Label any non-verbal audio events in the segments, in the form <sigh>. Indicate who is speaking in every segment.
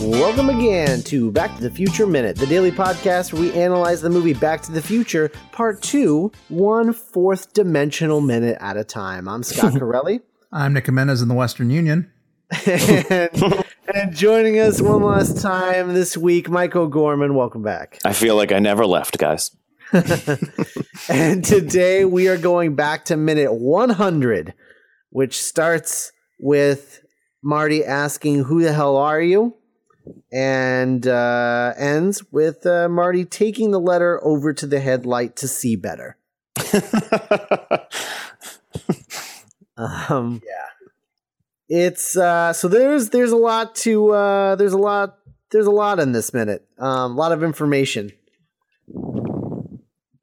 Speaker 1: Welcome again to Back to the Future Minute, the daily podcast where we analyze the movie Back to the Future, part two, one fourth dimensional minute at a time. I'm Scott Corelli.
Speaker 2: I'm Nick Jimenez in the Western Union.
Speaker 1: and, and joining us one last time this week, Mike O'Gorman. Welcome back.
Speaker 3: I feel like I never left, guys. <laughs>
Speaker 1: And today we are going back to minute 100, which starts with Marty asking, Who the hell are you? And uh, ends with uh, Marty taking the letter over to the headlight to see better. Um, yeah, it's uh, so there's there's a lot to uh, there's a lot there's a lot in this minute, um, a lot of information.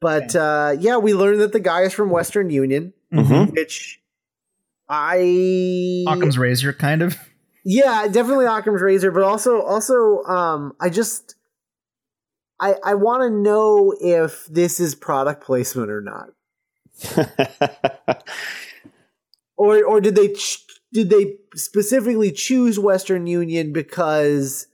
Speaker 1: But uh, yeah, we learned that the guy is from Western Union,
Speaker 2: Mm-hmm.
Speaker 3: Mhm.
Speaker 1: which I
Speaker 2: Occam's razor, kind of.
Speaker 1: yeah, definitely Occam's razor, but also also um I just I I want to know if this is product placement or not. Or or did they ch- did they specifically choose Western Union because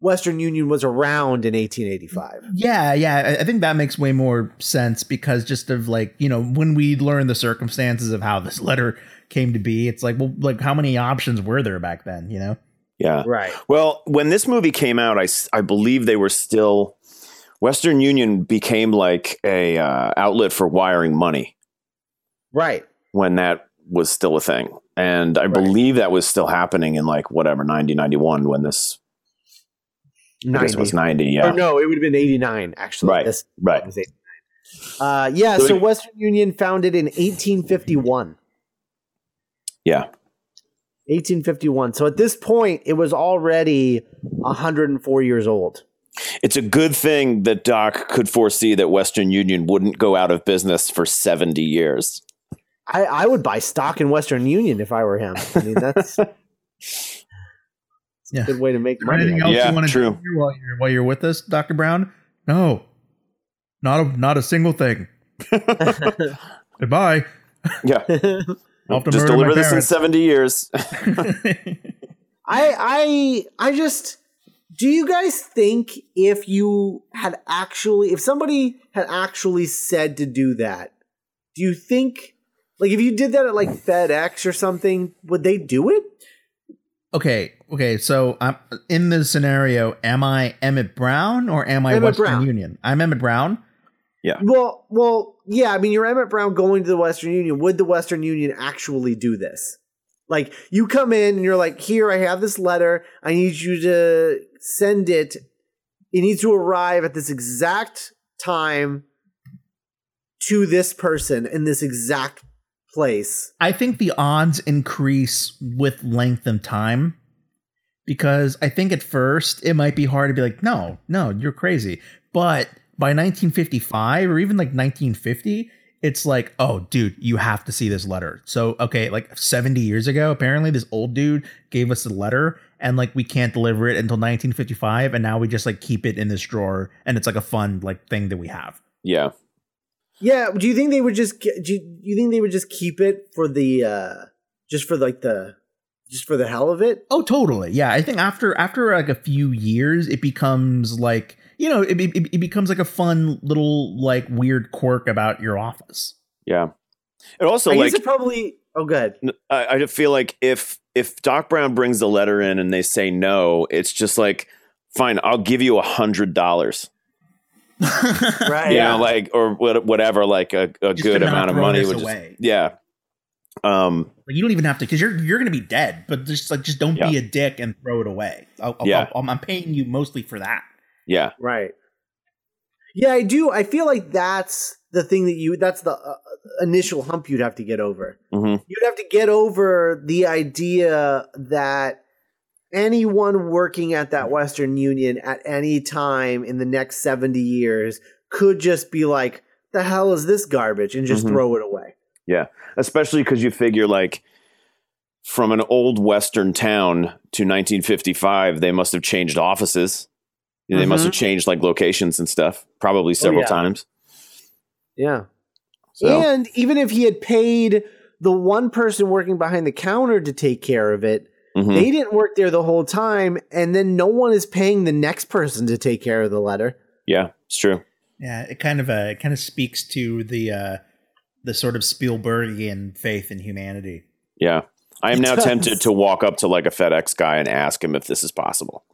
Speaker 1: Western Union was around in 1885?
Speaker 2: Yeah, yeah. I, I think that makes way more sense because just of like, you know, when we learn the circumstances of how this letter came to be, it's like, well, like how many options were there back then, you know?
Speaker 3: yeah.
Speaker 1: Right.
Speaker 3: Well, when this movie came out, I, s- I believe they were still Western Union became like a uh, outlet for wiring money
Speaker 1: Right.
Speaker 3: when that was still a thing. And I believe that was still happening in like whatever 90 91 when this, this
Speaker 1: 90.
Speaker 3: was 90, yeah.
Speaker 1: Or no, it would have been 89 actually.
Speaker 3: Right.
Speaker 1: This
Speaker 3: Right.
Speaker 1: was 89. Uh yeah,
Speaker 3: So
Speaker 1: so
Speaker 3: it-
Speaker 1: Western Union founded in 1851.
Speaker 3: Yeah.
Speaker 1: 1851. So at this point, it was already 104 years old.
Speaker 3: It's a good thing that Doc could foresee that Western Union wouldn't go out of business for 70 years.
Speaker 1: I, I would buy stock in Western Union if I were him. I mean, that's, that's
Speaker 2: Yeah.
Speaker 1: a good way to
Speaker 2: <laughs>
Speaker 1: make
Speaker 2: Or anything
Speaker 1: money.
Speaker 2: else
Speaker 3: Yeah,
Speaker 2: you want to do
Speaker 3: true.
Speaker 2: here while you're while you're with us, Dr. Brown? No. Not a not a single <laughs> thing. Goodbye.
Speaker 3: <laughs> Yeah.
Speaker 1: <laughs>
Speaker 2: I'll have to
Speaker 3: Just
Speaker 2: murder my
Speaker 3: deliver this in
Speaker 2: parents.
Speaker 3: 70 years. <laughs>
Speaker 2: <laughs>
Speaker 1: I I I just do you guys think if you had actually if somebody had actually said to do that, do you think like if you did that at like FedEx or something, would they do it?
Speaker 2: okay, okay, so I'm in this scenario, am I Emmett Brown or am I
Speaker 1: Emmett
Speaker 2: Western
Speaker 1: Brown.
Speaker 2: Union? I'm Emmett Brown.
Speaker 1: Well, well, yeah. I mean, you're Emmett Brown going to the Western Union. Would the Western Union actually do this? Like, you come in and you're like, "Here, I have this letter. I need you to send it. It needs to arrive at this exact time to this person in this exact place."
Speaker 2: I think the odds increase with length of time because I think at first it might be hard to be like, no, no, you're crazy. But by 1955 or even like 1950, it's like, oh, dude, you have to see this letter. So, okay, like 70 years ago, apparently this old dude gave us a letter and like we can't deliver it until 1955. And now we just like keep it in this drawer and it's like a fun like thing that we have.
Speaker 3: yeah.
Speaker 1: Yeah. Do you think they would just? ke- Do you, do you think they would just keep it for the, uh just for like the, just for the hell of it?
Speaker 2: Oh, totally. Yeah, I think after after like a few years, it becomes like you know, it, it, it becomes like a fun little like weird quirk about your office.
Speaker 3: Yeah. It also
Speaker 1: I
Speaker 3: like
Speaker 1: guess it probably. Oh, good.
Speaker 3: N- I, I just feel like if if Doc Brown brings the letter in and they say no, it's just like fine, I'll give you a hundred dollars.
Speaker 1: Right.
Speaker 3: You know, like or what, whatever, like a, a
Speaker 2: Just
Speaker 3: good
Speaker 2: to not
Speaker 3: amount of
Speaker 2: throw
Speaker 3: money
Speaker 2: this
Speaker 3: would just-
Speaker 2: away.
Speaker 3: yeah. Um,
Speaker 2: Like, you don't even have to because you're you're gonna be dead, but just like just don't be a dick and throw it away. I'll, I'll,
Speaker 3: Yeah.
Speaker 2: I'll, I'm paying you mostly for that.
Speaker 3: yeah,
Speaker 1: Right. Yeah, I do. I feel like that's the thing that you that's the uh, initial hump you'd have to get over.
Speaker 3: hmm
Speaker 1: You'd have to get over the idea that anyone working at that Western Union at any time in the next 70 years could just be like the hell is this garbage and just
Speaker 3: Mhm.
Speaker 1: throw it away.
Speaker 3: especially because you figure like from an old Western town to 1955, they must have changed offices. They
Speaker 2: Mm-hmm.
Speaker 3: must
Speaker 1: Mhm.
Speaker 3: have changed like locations and stuff,
Speaker 2: Oh,
Speaker 3: probably several
Speaker 1: yeah.
Speaker 3: times.
Speaker 1: Yeah.
Speaker 3: So
Speaker 1: And even if he had paid the one person working behind the counter to take care of it,
Speaker 3: Mhm.
Speaker 1: They didn't work there the whole time, and then no one is paying the next person to take care of the letter. <laughs>
Speaker 3: yeah, it's true.
Speaker 2: Yeah, it kind of uh, it kind of speaks to the uh, the sort of Spielbergian faith in humanity.
Speaker 3: Yeah. I am
Speaker 1: It
Speaker 3: now
Speaker 1: does.
Speaker 3: tempted to walk up to like a FedEx guy and ask him if this is possible.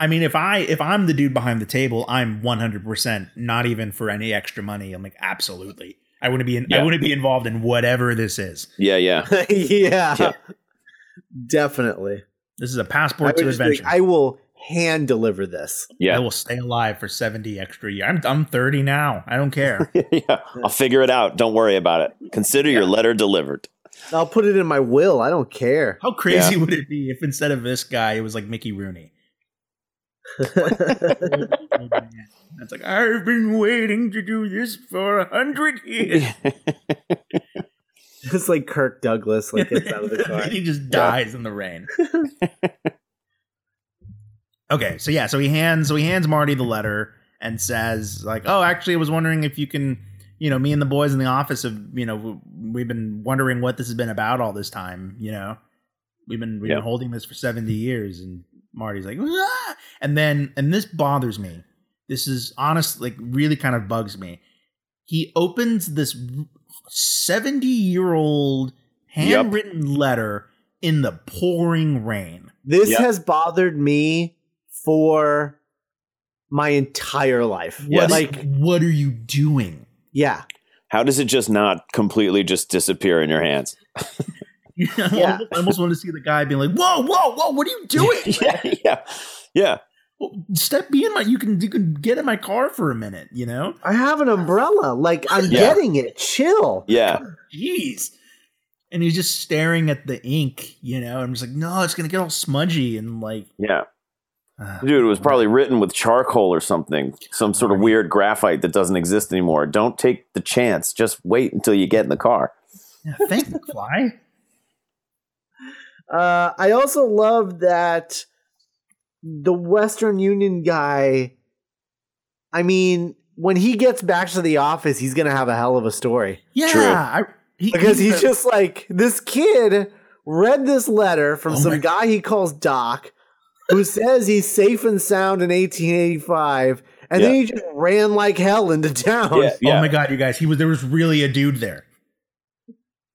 Speaker 2: I mean, if I if I'm the dude behind the table, I'm 100 percent not even for any extra money. I'm like, absolutely, I want to be in, I
Speaker 3: Yeah.
Speaker 2: want to be involved in whatever this is.
Speaker 3: Yeah, yeah.
Speaker 1: yeah,
Speaker 3: Yeah.
Speaker 1: definitely.
Speaker 2: This is a
Speaker 1: I,
Speaker 2: passport
Speaker 1: would
Speaker 2: to
Speaker 1: just be like,
Speaker 2: adventure. I,
Speaker 1: I will hand deliver this.
Speaker 3: Yeah.
Speaker 2: will stay alive for 70 extra years. I'm I'm 30 now. I
Speaker 1: <laughs>
Speaker 2: don't care.
Speaker 3: <laughs> yeah. I'll figure it out. Don't worry about it. Consider your letter
Speaker 1: <laughs>
Speaker 3: delivered.
Speaker 1: I'll put it in my will. I don't care. <laughs>
Speaker 2: How crazy would it be if instead of this guy, it was like Mickey Rooney? Oh, That's like I've been waiting to do this for a hundred years.
Speaker 1: it's like Kirk Douglas like gets out of
Speaker 2: <laughs>
Speaker 1: the car.
Speaker 2: he just dies in the rain. okay, so yeah, so he hands so he hands Marty the letter and says like, "Oh, actually, I was wondering if you can, you know, me and the boys in the office have, you know, w- we've been wondering what this has been about all this time. You know, we've been we've
Speaker 3: Yeah.
Speaker 2: been holding this for seventy years." And Marty's like, "Ah!" and then and this bothers me. This is honest, like really kind of bugs me. He opens this seventy-year-old
Speaker 3: Yep.
Speaker 2: handwritten letter in the pouring rain.
Speaker 1: This
Speaker 3: Yeah.
Speaker 1: has bothered me for my entire life.
Speaker 3: Yes.
Speaker 1: Like,
Speaker 2: what are you doing?
Speaker 1: yeah.
Speaker 3: How does it just not completely just disappear in
Speaker 1: <laughs>
Speaker 3: your hands?
Speaker 1: Yeah.
Speaker 2: I <laughs> almost want to see the guy being like, "Whoa, whoa, whoa! What are you doing?
Speaker 3: yeah, <laughs> yeah. Yeah.
Speaker 2: Step me in my. You can you can get in my car for a minute. You know,
Speaker 1: I have an umbrella. Like, I'm
Speaker 3: Yeah.
Speaker 1: getting it. Chill.
Speaker 3: Yeah.
Speaker 2: jeez." And he's just staring at the ink. You know, I'm just like, "No, it's gonna get all smudgy and like."
Speaker 3: Yeah.
Speaker 2: ah.
Speaker 3: Dude, it was probably written with charcoal or something, some sort of weird graphite that doesn't exist anymore. Don't take the chance. Just wait until you get in the car.
Speaker 2: Yeah, thanks, McFly.
Speaker 1: Uh, I also love that the Western Union guy. I mean, when he gets back to the office, he's going to have a hell of a story.
Speaker 2: Yeah,
Speaker 3: True.
Speaker 2: I, he,
Speaker 1: because
Speaker 2: he-
Speaker 1: he's just like this kid read this letter from
Speaker 2: Oh my-
Speaker 1: some guy he calls Doc, who says he's safe and sound in 1885, and then
Speaker 3: Yeah.
Speaker 1: he just ran like hell into town.
Speaker 3: Yeah,
Speaker 2: Oh
Speaker 3: yeah.
Speaker 2: my god, you guys! He was there was really a dude there.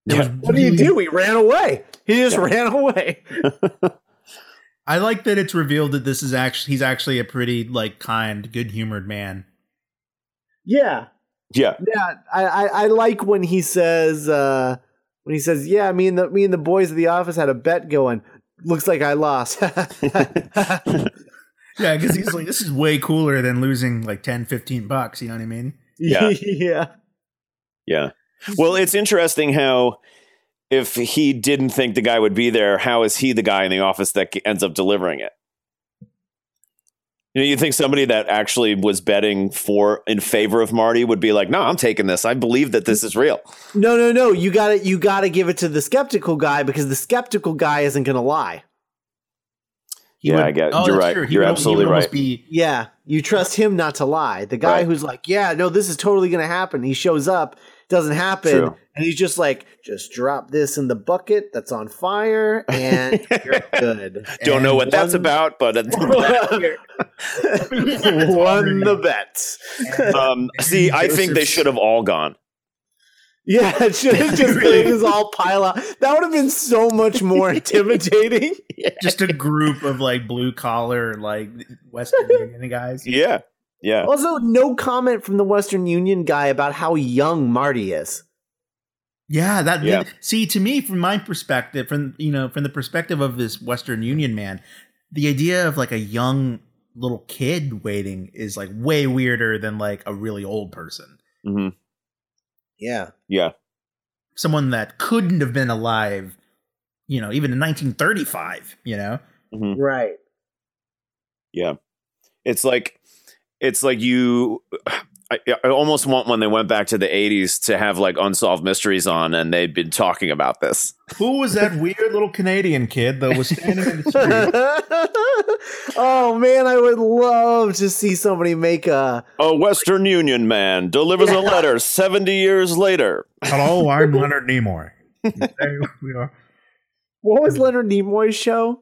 Speaker 2: There was
Speaker 3: Yeah.
Speaker 1: What do you
Speaker 2: really-
Speaker 1: do? He ran away. He just
Speaker 3: Yeah.
Speaker 1: ran away.
Speaker 2: I like that it's revealed that this is actually he's actually a pretty like kind, good humored man.
Speaker 1: Yeah,
Speaker 3: Yeah.
Speaker 1: yeah. I, I, I like when he says uh, when he says, "Yeah, me and the me and the boys of the office had a bet going. Looks like I lost." <laughs>
Speaker 3: <laughs>
Speaker 2: Yeah, because he's like, this is way cooler than losing like 10, 15 bucks. You know what I mean?
Speaker 3: Yeah.
Speaker 1: yeah.
Speaker 3: Yeah. Well, it's interesting how if he didn't think the guy would be there, how is he the guy in the office that ends up delivering it? You know, you think somebody that actually was betting for in favor of Marty would be like, "No, I'm taking this. I believe that this is real."
Speaker 1: No, no, no. You got to you got to give it to the skeptical guy because the skeptical guy isn't going to lie.
Speaker 2: He
Speaker 3: Yeah, I get- you're
Speaker 2: Oh, that's
Speaker 3: right.
Speaker 2: true. He
Speaker 3: You're
Speaker 2: would al- he
Speaker 3: absolutely
Speaker 2: would almost
Speaker 3: right.
Speaker 2: Be,
Speaker 1: Yeah, you trust him not to lie. The guy
Speaker 3: Right.
Speaker 1: who's like, "Yeah, no, this is totally going to happen." He shows up, doesn't happen,
Speaker 3: True.
Speaker 1: and he's just like, "Just drop this in the bucket that's on fire and
Speaker 3: <laughs>
Speaker 1: you're good."
Speaker 3: Don't know what that's
Speaker 1: one-
Speaker 3: about, but
Speaker 1: Won the bet.
Speaker 3: <laughs> um, see, I think they
Speaker 2: Joseph's-
Speaker 3: should have all gone.
Speaker 1: Yeah, <laughs> it should have just made us all pile up. That would have been so much more <laughs> intimidating.
Speaker 2: just a group of like blue collar, like Western Union guys.
Speaker 3: Yeah, yeah.
Speaker 1: Also, no comment from the Western Union guy about how young Marty is.
Speaker 2: Yeah, that
Speaker 3: Yeah.
Speaker 2: see to me from my perspective, from you know, from the perspective of this Western Union man, the idea of like a young little kid waiting is like way weirder than like a really old person.
Speaker 3: hmm
Speaker 1: Yeah.
Speaker 3: Yeah,
Speaker 2: Someone that couldn't have been alive, you know, even in 1935, you know.
Speaker 3: hmm
Speaker 1: Right.
Speaker 3: yeah. It's like it's like you. I, I almost want when they went back to the '80s to have like unsolved mysteries on, and they've been talking about this.
Speaker 2: Who was that <laughs> weird little Canadian kid that was standing in the
Speaker 1: <laughs>
Speaker 2: <laughs>
Speaker 1: oh man, I would love to see somebody make a
Speaker 3: A Western Union man delivers
Speaker 1: Yeah.
Speaker 3: a letter 70 years later.
Speaker 2: <laughs> Hello, I'm Leonard Nimoy. There we are.
Speaker 1: What was Leonard Nimoy's show?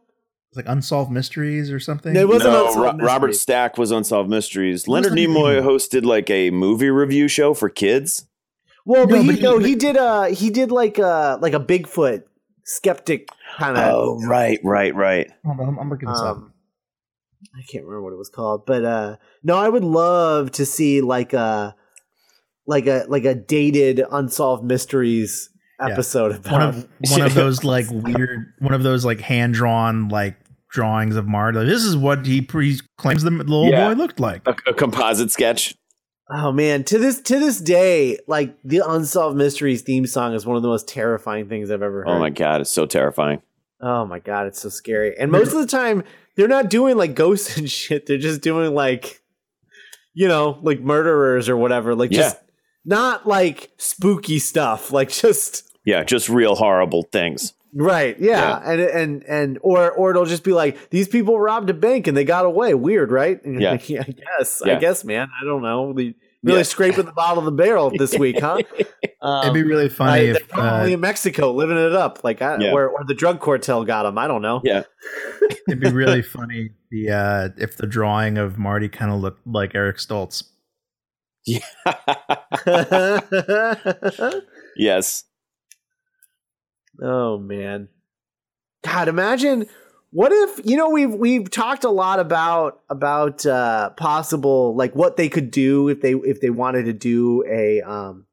Speaker 2: It's like Unsolved Mysteries or something.
Speaker 1: No, it wasn't
Speaker 3: no,
Speaker 1: Unsolved
Speaker 3: Ro-
Speaker 1: Mysteries.
Speaker 3: Robert Stack was Unsolved Mysteries.
Speaker 2: Who
Speaker 3: Leonard
Speaker 2: was
Speaker 3: Nimoy
Speaker 2: Leonard
Speaker 3: hosted like a movie review show for kids.
Speaker 1: Well,
Speaker 2: No,
Speaker 1: but, he,
Speaker 2: but he-
Speaker 1: no, he did. Uh, he did like a like a Bigfoot skeptic kind of.
Speaker 3: right, right, right.
Speaker 2: Hold on, I'm, I'm looking this up.
Speaker 1: um, I can't remember what it was called, but uh, no, I would love to see like a like a like a dated unsolved mysteries
Speaker 2: Yeah.
Speaker 1: episode
Speaker 2: One
Speaker 1: about.
Speaker 2: of
Speaker 3: <laughs>
Speaker 2: one of those like weird, one of those like hand drawn like drawings of Marty. Like, this is what he pre- claims the little
Speaker 3: Yeah.
Speaker 2: boy looked like.
Speaker 3: A, a composite sketch.
Speaker 1: oh man, to this to this day, like the unsolved mysteries theme song is one of the most terrifying things I've ever heard.
Speaker 3: Oh my god, it's so terrifying.
Speaker 1: Oh my god, it's so scary. And most of the time, they're not doing like ghosts <laughs> and shit. They're just doing like, you know, like murderers or whatever. Like
Speaker 3: Yeah.
Speaker 1: just not like spooky stuff. Like just
Speaker 3: Yeah, just real horrible
Speaker 1: <laughs>
Speaker 3: things.
Speaker 1: right, yeah. And and and or or it'll just be like these people robbed a bank and they got away. Weird, right? <laughs> And you're
Speaker 3: Yeah.
Speaker 1: like, yeah, I guess, I
Speaker 3: Yeah.
Speaker 1: guess, man. I don't know. They really
Speaker 3: Yeah.
Speaker 1: scraping the bottom of the
Speaker 3: <laughs>
Speaker 1: barrel this week, huh? Um,
Speaker 2: It'd be really funny
Speaker 1: I- they're
Speaker 2: if
Speaker 1: probably
Speaker 2: uh,
Speaker 1: in Mexico living it up, like I,
Speaker 3: Yeah.
Speaker 1: where, where the drug cartel got them. I don't know.
Speaker 3: Yeah.
Speaker 2: <laughs> it'd be really funny the uh, if the drawing of Marty kind of looked like Eric Stoltz.
Speaker 1: <laughs>
Speaker 3: <laughs>
Speaker 1: oh
Speaker 3: yes.
Speaker 1: man. God, imagine what if you know we've we've talked a lot about about uh possible like what they could do if they if they wanted to do a um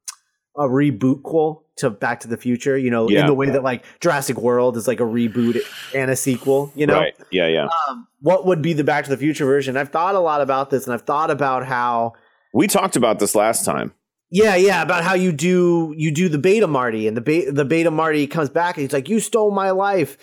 Speaker 1: a reboot quel to Back to the Future, you know, in
Speaker 3: Yeah.
Speaker 1: the way that like Jurassic World is like a reboot and a sequel, you know.
Speaker 3: Right. Yeah, yeah.
Speaker 1: Um, what would be the Back to the Future version? I've thought a lot about this and I've thought about how
Speaker 3: We talked about this last time.
Speaker 1: Yeah, yeah, about how you do you do the beta Marty and the beta, the beta Marty comes back and he's like, "You stole my life."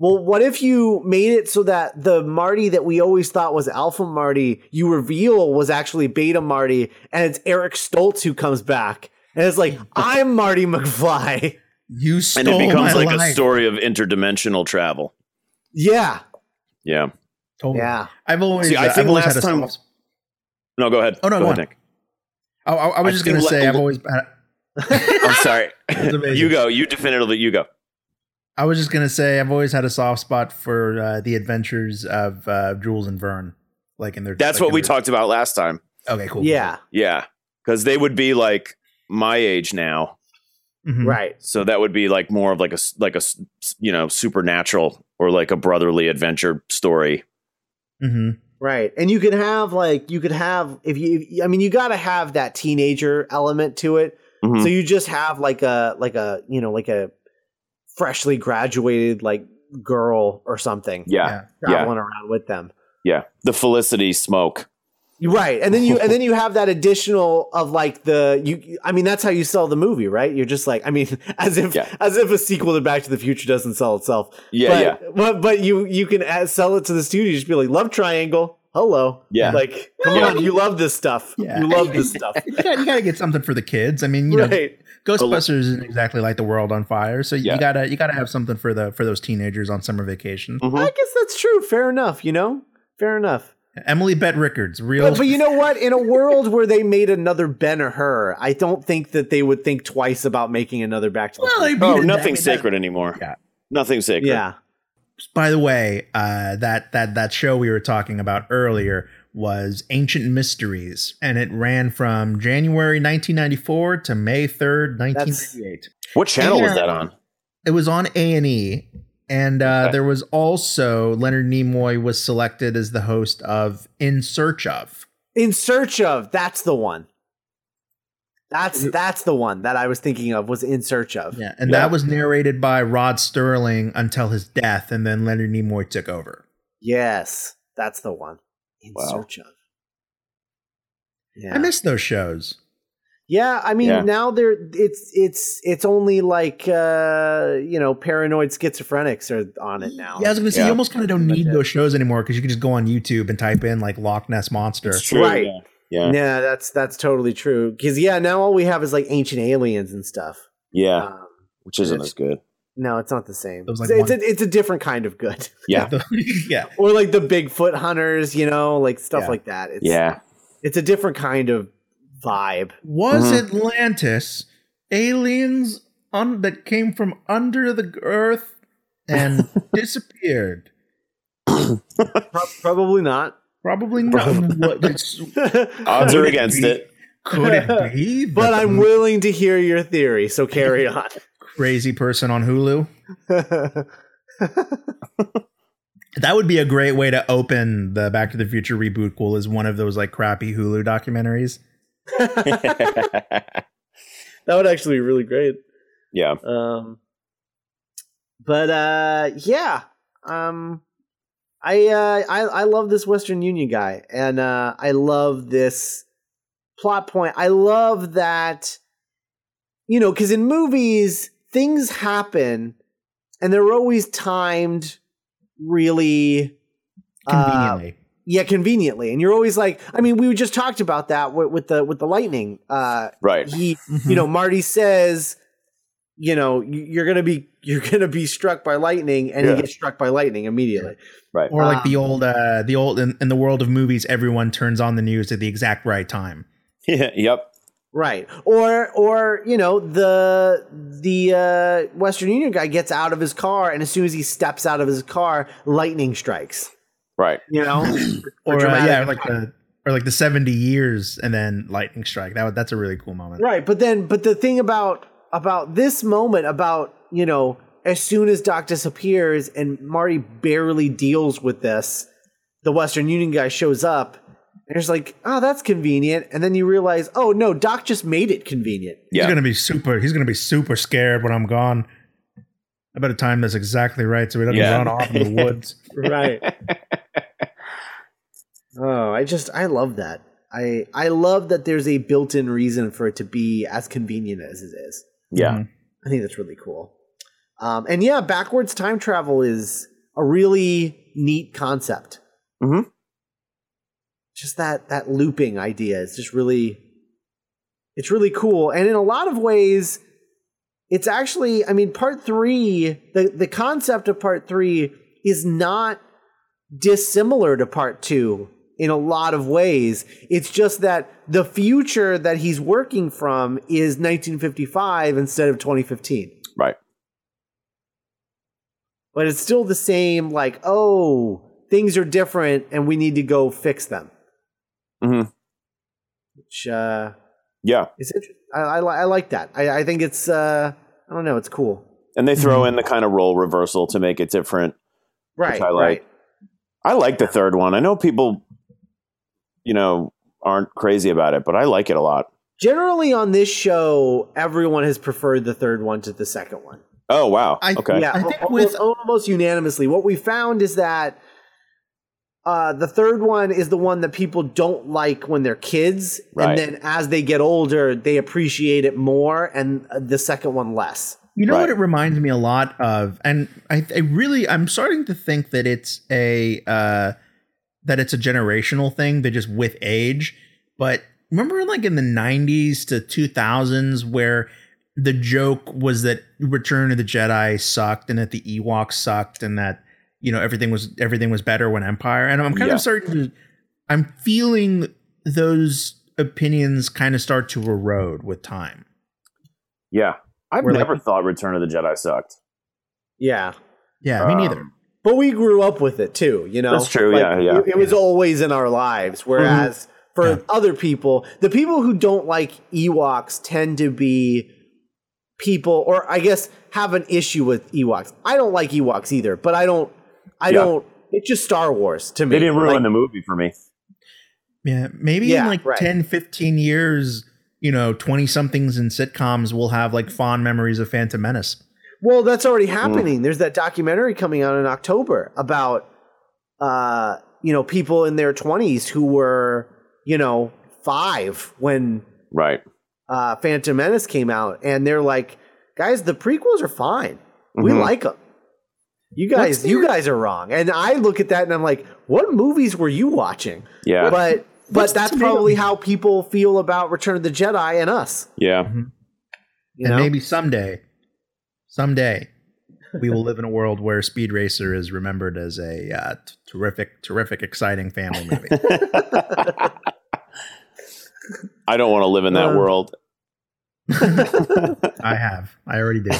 Speaker 1: Well, what if you made it so that the Marty that we always thought was Alpha Marty, you reveal was actually Beta Marty, and it's Eric Stoltz who comes back, and it's like, "I'm Marty McFly." <laughs>
Speaker 2: You stole
Speaker 3: And it
Speaker 2: my
Speaker 3: becomes like
Speaker 2: life.
Speaker 3: a story of interdimensional travel.
Speaker 1: Yeah,
Speaker 3: Yeah.
Speaker 2: Totally.
Speaker 1: yeah.
Speaker 2: I've always. uh,
Speaker 3: See, I
Speaker 2: I've
Speaker 3: think
Speaker 2: always
Speaker 3: last
Speaker 2: had a
Speaker 3: time-
Speaker 2: soft spot.
Speaker 3: No, go ahead.
Speaker 2: Oh, no,
Speaker 3: go
Speaker 2: go
Speaker 3: ahead,
Speaker 2: on.
Speaker 3: Nick.
Speaker 2: I, I, I was
Speaker 3: I
Speaker 2: just gonna
Speaker 3: think
Speaker 2: say
Speaker 3: le-
Speaker 2: I've always. had-
Speaker 3: <laughs>
Speaker 2: <laughs>
Speaker 3: I'm sorry. <laughs>
Speaker 2: It's amazing.
Speaker 3: you go. You definitively you go.
Speaker 2: I was just gonna say I've always had a soft spot for uh, the adventures of uh, Jules and Vern, like in their.
Speaker 3: That's
Speaker 2: like
Speaker 3: what
Speaker 2: in
Speaker 3: we
Speaker 2: their-
Speaker 3: talked about last time.
Speaker 2: Okay, cool.
Speaker 1: Yeah,
Speaker 3: Yeah. Cuz they would be like my age now.
Speaker 2: Mhm.
Speaker 1: right.
Speaker 3: So that would be like more of like a s- like a s- s- you know supernatural or like a brotherly adventure story.
Speaker 2: Mhm.
Speaker 1: Right. And you could have like you could have if you I mean you got to have that teenager element to it.
Speaker 3: Mhm.
Speaker 1: So you just have like a like a you know like a freshly graduated like girl or something
Speaker 3: yeah, yeah.
Speaker 1: traveling around with them.
Speaker 3: yeah. The Felicity smoke.
Speaker 1: Right. And then you and then you have that additional of like the you I mean that's how you sell the movie, right? You're just like I mean <laughs> as if
Speaker 3: Yeah.
Speaker 1: as if a sequel to Back to the Future doesn't sell itself.
Speaker 3: Yeah,
Speaker 1: but,
Speaker 3: yeah,
Speaker 1: But but you you can uh, sell it to the studio just be like love triangle. Hello.
Speaker 3: yeah.
Speaker 1: Like come
Speaker 3: Yeah.
Speaker 1: on, you love this stuff.
Speaker 2: Yeah.
Speaker 1: You love this stuff. <laughs>
Speaker 2: You gotta, you gotta get something for the kids. I mean, you know,
Speaker 1: right.
Speaker 2: Ghostbusters isn't exactly like the world on fire, so
Speaker 3: Yeah.
Speaker 2: you gotta you gotta have something for the for those teenagers on summer vacation.
Speaker 3: Mhm.
Speaker 1: I guess that's true. Fair enough, you know? Fair enough.
Speaker 2: Emily Bett Rickards, real.
Speaker 1: But, but you know what? In a world where they made another Ben or her, I don't think that they would think twice about making another Back to the
Speaker 2: <laughs> Well, I
Speaker 1: Future.
Speaker 2: mean,
Speaker 3: Oh,
Speaker 2: that- I
Speaker 3: nothing
Speaker 2: mean, that-
Speaker 3: sacred anymore.
Speaker 2: Yeah.
Speaker 3: Nothing sacred.
Speaker 1: Yeah.
Speaker 2: by the way, uh, that that that show we were talking about earlier was Ancient Mysteries, and it ran from January 1994 to May 3rd, 1998.
Speaker 3: What channel was
Speaker 2: Yeah.
Speaker 3: that on?
Speaker 2: It was on A and E, uh, and
Speaker 3: Okay.
Speaker 2: there was also Leonard Nimoy was selected as the host of In Search of.
Speaker 1: In search of, that's the one. That's that's the one that I was thinking of was in search of.
Speaker 2: Yeah, and
Speaker 3: Yeah.
Speaker 2: that was narrated by Rod Sterling until his death, and then Leonard Nimoy took over.
Speaker 1: Yes, that's the one. In
Speaker 3: Wow.
Speaker 1: search of. Yeah.
Speaker 2: I miss those shows.
Speaker 1: Yeah, I mean
Speaker 3: Yeah.
Speaker 1: now they're it's it's it's only like uh you know paranoid schizophrenics are on it now.
Speaker 2: Yeah, I was gonna say
Speaker 3: Yeah.
Speaker 2: you almost kind of don't
Speaker 1: Like
Speaker 2: need
Speaker 1: that.
Speaker 2: those shows anymore because you can just go on YouTube and type in like Loch Ness monster.
Speaker 3: It's true.
Speaker 1: Right.
Speaker 3: Yeah. Yeah.
Speaker 1: yeah, that's that's totally true. Because yeah, now all we have is like ancient aliens and stuff.
Speaker 3: Yeah.
Speaker 1: Um,
Speaker 3: Which isn't
Speaker 2: uh, it's-
Speaker 3: as good.
Speaker 1: no, it's not the same.
Speaker 2: It was like
Speaker 1: it's,
Speaker 2: one-
Speaker 1: a, it's a different kind of good, <laughs>
Speaker 3: Yeah.
Speaker 2: <laughs> yeah.
Speaker 1: or like the Bigfoot hunters, you know, like stuff
Speaker 2: Yeah.
Speaker 1: like that. It's,
Speaker 3: Yeah.
Speaker 1: it's a different kind of vibe.
Speaker 2: Was
Speaker 3: Mhm.
Speaker 2: Atlantis aliens un- that came from under the earth and disappeared.
Speaker 1: Pro- probably <laughs> not.
Speaker 2: Probably not.
Speaker 3: Probably.
Speaker 2: <laughs> What, it's,
Speaker 3: Odds
Speaker 2: could
Speaker 3: are
Speaker 2: it
Speaker 3: against
Speaker 2: be-
Speaker 3: it.
Speaker 2: Could it be? that
Speaker 1: but I'm
Speaker 2: <laughs> the
Speaker 1: willing to hear your theory, so carry
Speaker 2: <laughs>
Speaker 1: on. <laughs>
Speaker 2: crazy person on Hulu. That would be a great way to open the Back to the Future reboot. Cool is one of those like crappy Hulu documentaries.
Speaker 1: that would actually be really great.
Speaker 3: <laughs> yeah.
Speaker 1: Um, but uh, yeah, um, I, uh, I I love this Western Union guy, and uh, I love this plot point. I love that you know because in movies things happen, and they're always timed really uh,
Speaker 2: Conveniently,
Speaker 1: yeah, conveniently, and you're always like, I mean, we just talked about that with, with the with the lightning. Uh,
Speaker 3: Right. <laughs>
Speaker 1: he
Speaker 2: Mhm.
Speaker 1: you know marty says you know you- you're gonna be <laughs> you're gonna be struck by lightning and
Speaker 3: Yeah.
Speaker 1: he gets struck by lightning immediately
Speaker 3: Right.
Speaker 2: or like
Speaker 1: uh,
Speaker 2: the old, uh, the old in, in the world of movies, everyone turns on the news at the exact right time.
Speaker 3: Yeah, yep.
Speaker 1: right or or you know the the uh, western union guy gets out of his car and as soon as he steps out of his car lightning strikes
Speaker 3: Right.
Speaker 1: you
Speaker 2: <clears throat>
Speaker 1: know For
Speaker 2: Or uh,
Speaker 1: dramatic
Speaker 2: yeah, or like the or like the seventy years and then lightning strike. That would- that's a really cool moment.
Speaker 1: right but then but the thing about about this moment about you know as soon as doc disappears and marty barely deals with this the western union guy shows up and it's like oh that's convenient and then you realize oh no doc just made it convenient
Speaker 2: He's
Speaker 3: Yeah.
Speaker 2: gonna be super. He's gonna be super scared when I'm gone. I better time this exactly right so he doesn't
Speaker 3: Yeah.
Speaker 2: run off in
Speaker 1: <laughs>
Speaker 2: the woods.
Speaker 1: right oh i just i love that i i love that there's a built-in reason for it to be as convenient as it is
Speaker 2: Mm-hmm.
Speaker 3: Yeah.
Speaker 1: I think that's really cool. Um, and yeah, backwards time travel is a really neat concept.
Speaker 3: Mhm.
Speaker 1: Just that that looping idea is just really, it's really cool. And in a lot of ways, it's actually, I mean, part three, the the concept of part three is not dissimilar to part two in a lot of ways. It's just that the future that he's working from is 1955 instead of 2015.
Speaker 3: Right.
Speaker 1: But it's still the same, like, oh, things are different and we need to go fix them.
Speaker 3: Mhm.
Speaker 1: Which uh,
Speaker 3: Yeah.
Speaker 1: is interesting. I, I, li- I like that. I, I think it's, uh, I don't know, it's cool.
Speaker 3: And they throw
Speaker 2: Mm-hmm.
Speaker 3: in the kind of role reversal to make it different.
Speaker 1: Right.
Speaker 3: Which I like.
Speaker 1: right.
Speaker 3: I like the third one. I know people, you know, aren't crazy about it, but I like it a lot.
Speaker 1: Generally, on this show, everyone has preferred the third one to the second one.
Speaker 3: Oh wow.
Speaker 2: I-
Speaker 3: okay.
Speaker 1: Yeah,
Speaker 2: I
Speaker 1: al-
Speaker 2: think
Speaker 1: almost,
Speaker 2: with-
Speaker 1: almost unanimously, what we found is that uh, the third one is the one that people don't like when they're kids, and
Speaker 3: Right.
Speaker 1: then as they get older, they appreciate it more, and uh, the second one less.
Speaker 2: You know
Speaker 3: Right.
Speaker 2: what it reminds me a lot of, and I, I really I'm starting to think that it's a uh, that it's a generational thing that just with age. But remember, like in the '90s to 2000s, where the joke was that Return of the Jedi sucked and that the Ewoks sucked and that you know everything was everything was better when Empire. And I'm kind
Speaker 3: Yeah.
Speaker 2: of starting to, I'm feeling those opinions kind of start to erode with time.
Speaker 3: Yeah. I've
Speaker 2: We're like-
Speaker 3: never thought Return of the Jedi sucked.
Speaker 1: Yeah,
Speaker 2: Yeah, me
Speaker 3: Um,
Speaker 2: neither.
Speaker 1: but we grew up with it too. You know,
Speaker 3: That's true, yeah, yeah.
Speaker 1: It, it was always in our lives. Whereas for
Speaker 2: Yeah.
Speaker 1: other people, the people who don't like Ewoks tend to be people, or I guess have an issue with Ewoks. I don't like Ewoks either, but I don't. I
Speaker 3: Yeah.
Speaker 1: don't. It's just Star Wars to me.
Speaker 3: They didn't ruin
Speaker 1: Like,
Speaker 3: the movie for me.
Speaker 2: Yeah, maybe in
Speaker 1: Yeah,
Speaker 2: like
Speaker 1: right.
Speaker 2: ten, fifteen 10, 15 years, you know, 20 somethings in sitcoms will have like fond memories of Phantom Menace.
Speaker 1: Well, that's already
Speaker 3: Mm-hmm.
Speaker 1: happening. There's that documentary coming out in October about uh, you know people in their 20s who were you know five when
Speaker 3: Right.
Speaker 1: uh, Phantom Menace came out, and they're like, guys, the prequels are fine. We
Speaker 3: Mhm.
Speaker 1: like them. You guys, you guys are wrong. And I look at that and I'm like, what movies were you watching?
Speaker 3: Yeah.
Speaker 1: but but
Speaker 2: what's
Speaker 1: that's
Speaker 2: tomato-
Speaker 1: probably how people feel about Return of the Jedi and us.
Speaker 3: yeah.
Speaker 1: You
Speaker 2: and
Speaker 1: know?
Speaker 2: maybe someday, someday, we will live in a world where Speed Racer is remembered as a uh, t- terrific, terrific, exciting family movie.
Speaker 3: I don't want to live in that
Speaker 1: Uh,
Speaker 3: world. <laughs>
Speaker 2: I have. I already did.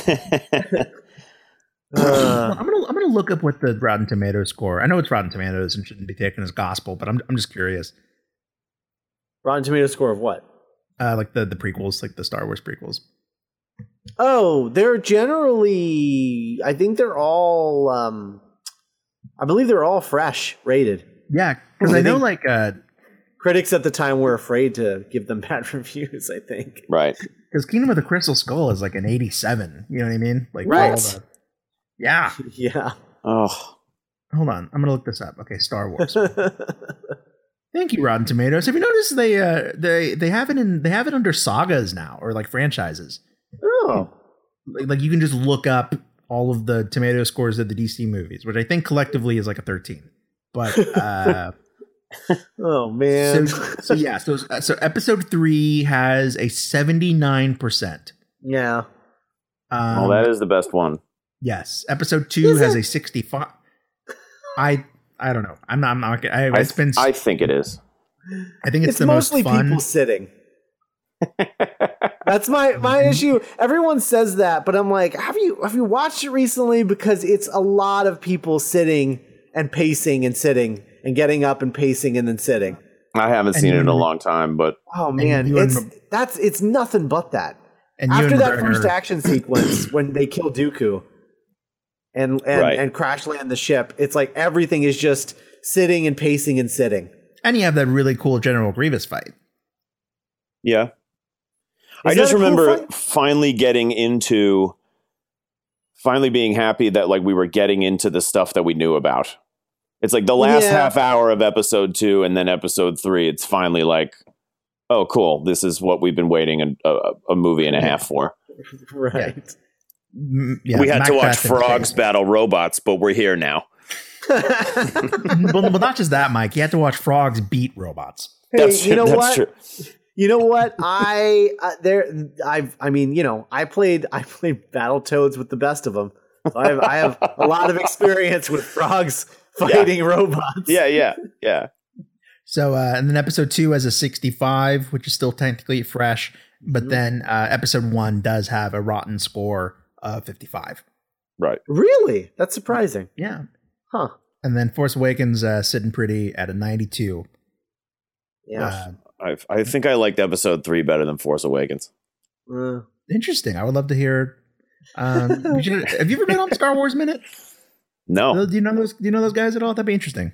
Speaker 1: Uh,
Speaker 2: I'm gonna I'm gonna look up what the Rotten Tomatoes score. I know it's Rotten Tomatoes and shouldn't be taken as gospel, but I'm I'm just curious.
Speaker 1: <laughs> Rotten Tomato score of what?
Speaker 2: Uh, like the the prequels, like the Star Wars prequels.
Speaker 1: Oh, they're generally. I think they're all. Um, I believe they're all fresh rated.
Speaker 2: Yeah, because
Speaker 1: They
Speaker 2: I know
Speaker 1: think-
Speaker 2: like uh
Speaker 1: Critics at the time were afraid to give them <laughs> bad reviews. I think. <laughs>
Speaker 3: Right.
Speaker 2: because Kingdom of the Crystal Skull is like an 87. You know what I mean? Like all
Speaker 1: Right.
Speaker 2: the- yeah.
Speaker 1: Yeah.
Speaker 3: Oh,
Speaker 2: Hold on, I'm gonna look this up. Okay, Star Wars.
Speaker 3: <laughs>
Speaker 2: Thank you, Rotten Tomatoes. Have you noticed they uh they they have it in they have it under sagas now or like franchises.
Speaker 1: oh.
Speaker 2: Like, like you can just look up all of the tomato scores of the DC movies, which I think collectively is like a 13. But
Speaker 3: <laughs>
Speaker 2: uh
Speaker 1: Oh man.
Speaker 2: So, so yeah, so uh, so episode three has a seventy nine percent.
Speaker 1: yeah.
Speaker 2: Um
Speaker 3: well, that is the best one.
Speaker 2: yes. Episode two
Speaker 1: Is
Speaker 2: has
Speaker 1: it?
Speaker 2: a sixty five. I I don't know. I'm not. I'm not. gonna- I,
Speaker 3: I,
Speaker 2: it's been.
Speaker 3: I
Speaker 2: I,
Speaker 3: think it is.
Speaker 2: think it's,
Speaker 1: It's,
Speaker 2: the
Speaker 1: mostly
Speaker 2: most fun.
Speaker 1: people sitting. That's my my
Speaker 2: Mm-hmm.
Speaker 1: issue. Everyone says that, but I'm like, have you have you watched it recently? Because it's a lot of people sitting and pacing and sitting and getting up and pacing and then sitting.
Speaker 3: I haven't
Speaker 2: And
Speaker 3: seen it in a
Speaker 2: you-
Speaker 3: long time, but
Speaker 1: Oh man,
Speaker 2: you
Speaker 1: it's
Speaker 2: and-
Speaker 1: that's it's nothing but that.
Speaker 2: and you
Speaker 1: After
Speaker 2: and
Speaker 1: that
Speaker 2: Werner-
Speaker 1: first action
Speaker 3: <clears throat>
Speaker 1: sequence when they kill Dooku and and,
Speaker 3: Right.
Speaker 1: and crash land the ship, it's like everything is just sitting and pacing and
Speaker 3: <laughs>
Speaker 1: sitting.
Speaker 2: and you have that really cool General Grievous fight.
Speaker 3: yeah. I
Speaker 1: Is
Speaker 3: just
Speaker 1: that a cool
Speaker 3: remember
Speaker 1: fight?
Speaker 3: finally getting into, finally being happy that like we were getting into the stuff that we knew about. It's like the last
Speaker 1: Yeah.
Speaker 3: half hour of episode two and then episode three. It's finally like, oh, cool. This is what we've been waiting a, a, a movie and a half for.
Speaker 1: <laughs> right.
Speaker 2: Mm, yeah,
Speaker 3: we had to watch
Speaker 2: Macbeth and-
Speaker 3: frogs battle robots, but we're here now.
Speaker 2: <laughs> well, but not just that, Mike. You had to watch frogs beat robots.
Speaker 1: Hey,
Speaker 3: That's,
Speaker 1: you know
Speaker 3: that's
Speaker 1: what?
Speaker 3: true.
Speaker 1: You know what? I uh, there I've I mean, you know, I played I played Battletoads with the best of them. So I have I have a lot of experience with
Speaker 3: <laughs>
Speaker 1: frogs fighting robots.
Speaker 3: Yeah, yeah, yeah.
Speaker 2: So, uh, and then episode two has a 65, which is still technically fresh, but
Speaker 3: Mm-hmm.
Speaker 1: Mhm.
Speaker 2: then uh, episode one does have a rotten score of 55.
Speaker 1: Really? That's surprising.
Speaker 2: Yeah.
Speaker 1: Huh.
Speaker 2: And then Force Awakens uh, sitting pretty at a 92.
Speaker 1: Yeah.
Speaker 2: Uh,
Speaker 3: I, I think I liked episode three better than Force Awakens.
Speaker 1: Uh,
Speaker 2: interesting. I would love to hear. Um, we should- have you ever been on Star Wars Minute?
Speaker 3: No,
Speaker 2: Do you know those? Do you know those guys at all? That'd be interesting.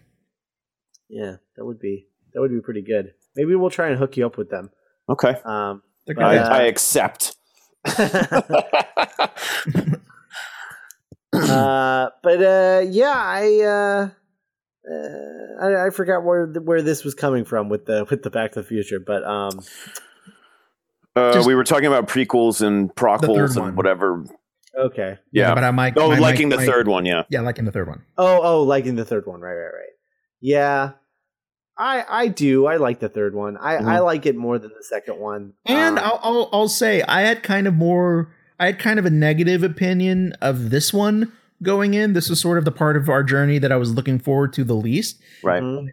Speaker 1: yeah, that would be that would be pretty good. Maybe we'll try and hook you up with them.
Speaker 3: okay.
Speaker 2: <coughs>
Speaker 1: Um
Speaker 2: They're
Speaker 3: I,
Speaker 2: kinda-
Speaker 1: Uh,
Speaker 3: I accept. <laughs>
Speaker 1: uh, but uh, yeah, I, uh, uh, I I forgot where where this was coming from with the with the Back to the Future, but um,
Speaker 3: Uh,
Speaker 2: Just-
Speaker 3: we were talking about prequels and proquels
Speaker 2: one.
Speaker 3: and whatever.
Speaker 1: okay.
Speaker 3: Yeah.
Speaker 2: but I might.
Speaker 3: Oh,
Speaker 2: my- my-
Speaker 3: liking the
Speaker 2: my-
Speaker 3: third one. Yeah.
Speaker 2: Yeah, liking the third one.
Speaker 1: Oh, oh, liking the third one. Right, right, right. Yeah, I I do. I like the third one. I I like it more than the second one.
Speaker 2: Mm-hmm. And
Speaker 1: Um,
Speaker 2: I'll, I'll I'll say I had kind of more I had kind of a negative opinion of this one going in. This was sort of the part of our journey that I was looking forward to the least.
Speaker 3: Right.
Speaker 2: Mm-hmm.
Speaker 1: mhm.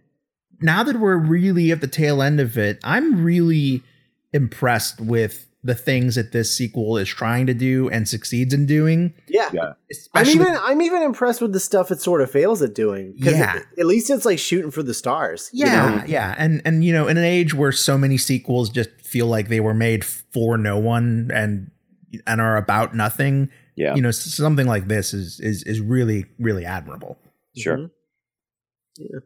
Speaker 2: Now that we're really at the tail end of it, I'm really impressed with the things that this sequel is trying to do and succeeds in doing.
Speaker 1: yeah. I'm
Speaker 2: Especially,
Speaker 1: even I'm even impressed with the stuff it sort of fails at doing. 'cause
Speaker 2: Yeah.
Speaker 1: it- at least it's like shooting for the stars. you
Speaker 2: yeah,
Speaker 1: know?
Speaker 2: yeah, and and you know, in an age where so many sequels just feel like they were made for no one and and are about nothing,
Speaker 3: Yeah.
Speaker 2: you know s- something like this is is is really really admirable
Speaker 3: Sure.
Speaker 1: Mhm. Yeah.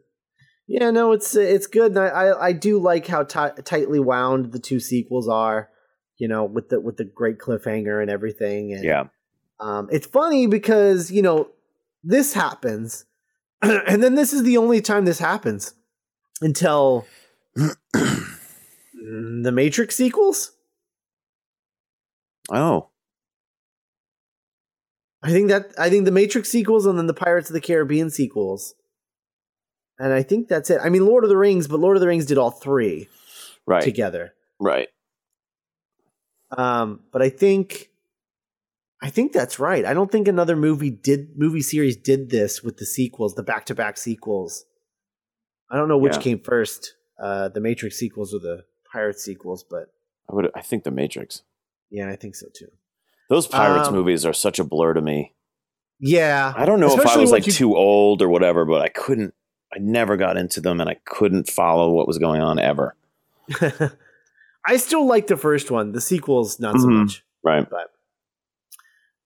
Speaker 1: Yeah. No, it's it's good, and I I, I do like how ti- tightly wound the two sequels are. You know, with the with the great cliffhanger and everything, and
Speaker 3: Yeah.
Speaker 1: um, it's funny because you know this happens, <clears throat> and then this is the only time this happens until <clears throat> the Matrix sequels.
Speaker 3: Oh.
Speaker 1: I think that I think the Matrix sequels and then the Pirates of the Caribbean sequels. And I think that's it. I mean Lord of the Rings, but Lord of the Rings did all three
Speaker 3: Right.
Speaker 1: together.
Speaker 3: Right.
Speaker 1: Um, but I think I think that's right. I don't think another movie did movie series did this with the sequels, the back-to-back sequels. I don't know which
Speaker 3: Yeah.
Speaker 1: came first, uh the Matrix sequels or the Pirates sequels, but
Speaker 3: I would. I think the Matrix.
Speaker 1: yeah, I think so too.
Speaker 3: Those pirates
Speaker 1: Um,
Speaker 3: movies are such a blur to me.
Speaker 1: Yeah.
Speaker 3: I don't know if I
Speaker 1: Especially
Speaker 3: was like
Speaker 1: once you-
Speaker 3: too old or whatever, but I couldn't. I never got into them, and I couldn't follow what was going on ever.
Speaker 1: <laughs> I still like the first one. The sequel's not so
Speaker 3: Mhm.
Speaker 1: much.
Speaker 3: Right.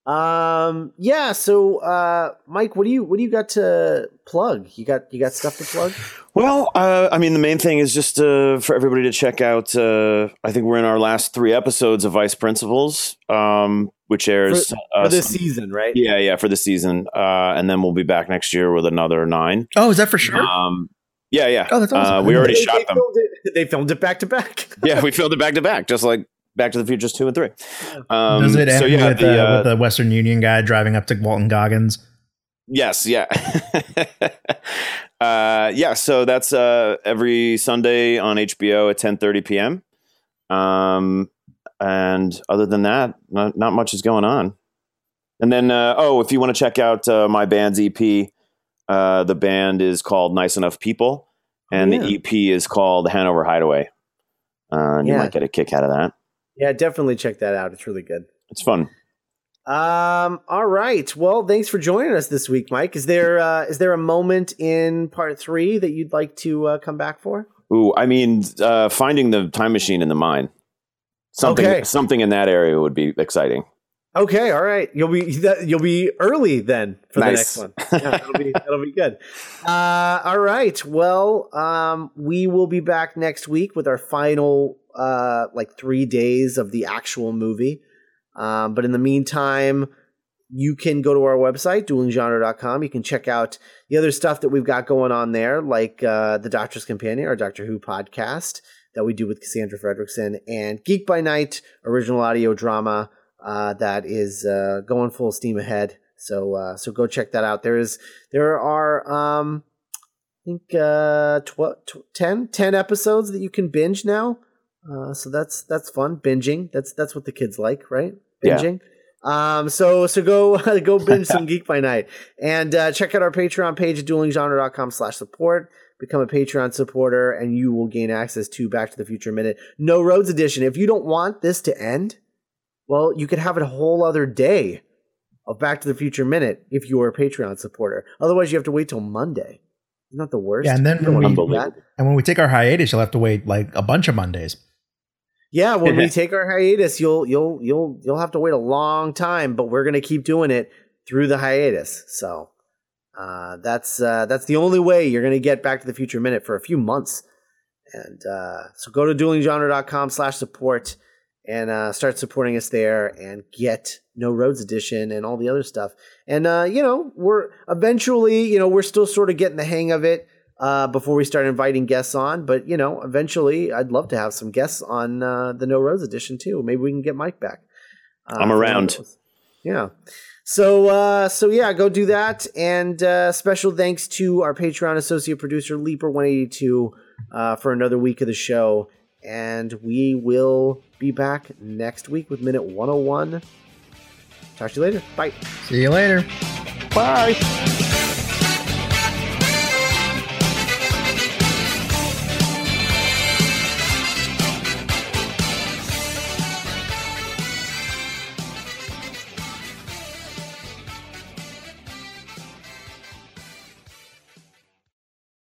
Speaker 1: Um yeah, so uh Mike, what do you what do you got to plug? You got you got stuff to plug?
Speaker 3: Well, uh, I mean, the main thing is just uh, for everybody to check out. Uh, I think we're in our last three episodes of Vice Principals, um, which airs uh,
Speaker 1: For this
Speaker 3: some-
Speaker 1: season, right?
Speaker 3: yeah, yeah, for the season, uh, and then we'll be back next year with another nine.
Speaker 2: Oh, is that for sure?
Speaker 3: Um, yeah, yeah.
Speaker 2: Oh, that's awesome.
Speaker 3: Uh, we already
Speaker 1: They,
Speaker 3: shot
Speaker 1: they
Speaker 3: them.
Speaker 1: filmed it, they filmed it back to back.
Speaker 3: yeah, we filmed it back to back, just like Back to the Futures two and three. Um,
Speaker 2: Does it end
Speaker 3: so yeah,
Speaker 2: with,
Speaker 3: the,
Speaker 2: uh,
Speaker 3: uh,
Speaker 2: with the Western Union guy driving up to Walton Goggins?
Speaker 3: Yes, yeah. <laughs> uh, yeah, so that's uh, every Sunday on HBO at 10:30 p.m. Um, and other than that, not, not much is going on. And then uh, oh, if you want to check out uh, my band's EP, uh, the band is called Nice Enough People and
Speaker 1: Oh, Yeah.
Speaker 3: the EP is called Hanover Hideaway. Uh, and
Speaker 1: Yeah.
Speaker 3: you might get a kick out of that.
Speaker 1: Yeah, definitely check that out. It's really good.
Speaker 3: It's fun.
Speaker 1: Um all right. Well, thanks for joining us this week, Mike. Is there uh is there a moment in part 3 that you'd like to uh, come back for?
Speaker 3: Ooh, I mean, uh, finding the time machine in the mine. Something,
Speaker 1: Okay.
Speaker 3: something in that area would be exciting.
Speaker 1: Okay, all right. You'll be that, you'll be early then for
Speaker 3: Nice.
Speaker 1: the next one. Yeah, that'll be that'll be good. Uh, all right. Well, um, we will be back next week with our final uh, like three days of the actual movie. Um, but in the meantime, you can go to our website duelinggenre.com. You can check out the other stuff that we've got going on there, like uh, the Doctor's Companion, our Doctor Who podcast that we do with Cassandra Fredrickson, and Geek by Night, original audio drama uh, that is uh, going full steam ahead. So uh, so go check that out. There is there are um, I think uh, tw- tw- 10, 10 episodes that you can binge now. Uh, so that's that's fun binging. That's that's what the kids like, right?
Speaker 3: Yeah.
Speaker 1: Binging. Um, so so go <laughs> go binge some Geek by Night and uh, check out our Patreon page at duelinggenre.com slash support. Become a Patreon supporter, and you will gain access to Back to the Future Minute, No Roads Edition. If you don't want this to end, well, you could have a whole other day of Back to the Future Minute if you were a Patreon supporter. Otherwise, you have to wait till Monday. Isn't that the worst?
Speaker 2: Yeah, and then
Speaker 1: You don't
Speaker 2: when
Speaker 1: wanna
Speaker 2: we-
Speaker 1: do that.
Speaker 2: And when we take our hiatus, you'll have to wait like a bunch of Mondays.
Speaker 1: Yeah, when we take our hiatus, you'll you'll you'll you'll have to wait a long time, but we're gonna keep doing it through the hiatus. So uh, that's uh, that's the only way you're gonna get Back to the Future Minute for a few months. And uh, so go to duelinggenre.com slash support and uh, start supporting us there and get No Roads Edition and all the other stuff. And uh, you know, we're eventually, you know, we're still sort of getting the hang of it uh, before we start inviting guests on. But you know, eventually, I'd love to have some guests on uh, the No Roads edition too. Maybe we can get Mike back. Uh,
Speaker 3: I'm
Speaker 1: for one
Speaker 3: around.
Speaker 1: of those. Yeah. So uh, so yeah, go do that. And uh, special thanks to our Patreon associate producer Leaper182 uh, for another week of the show. And we will be back next week with minute 101. Talk to you later. Bye.
Speaker 2: See you later.
Speaker 3: Bye.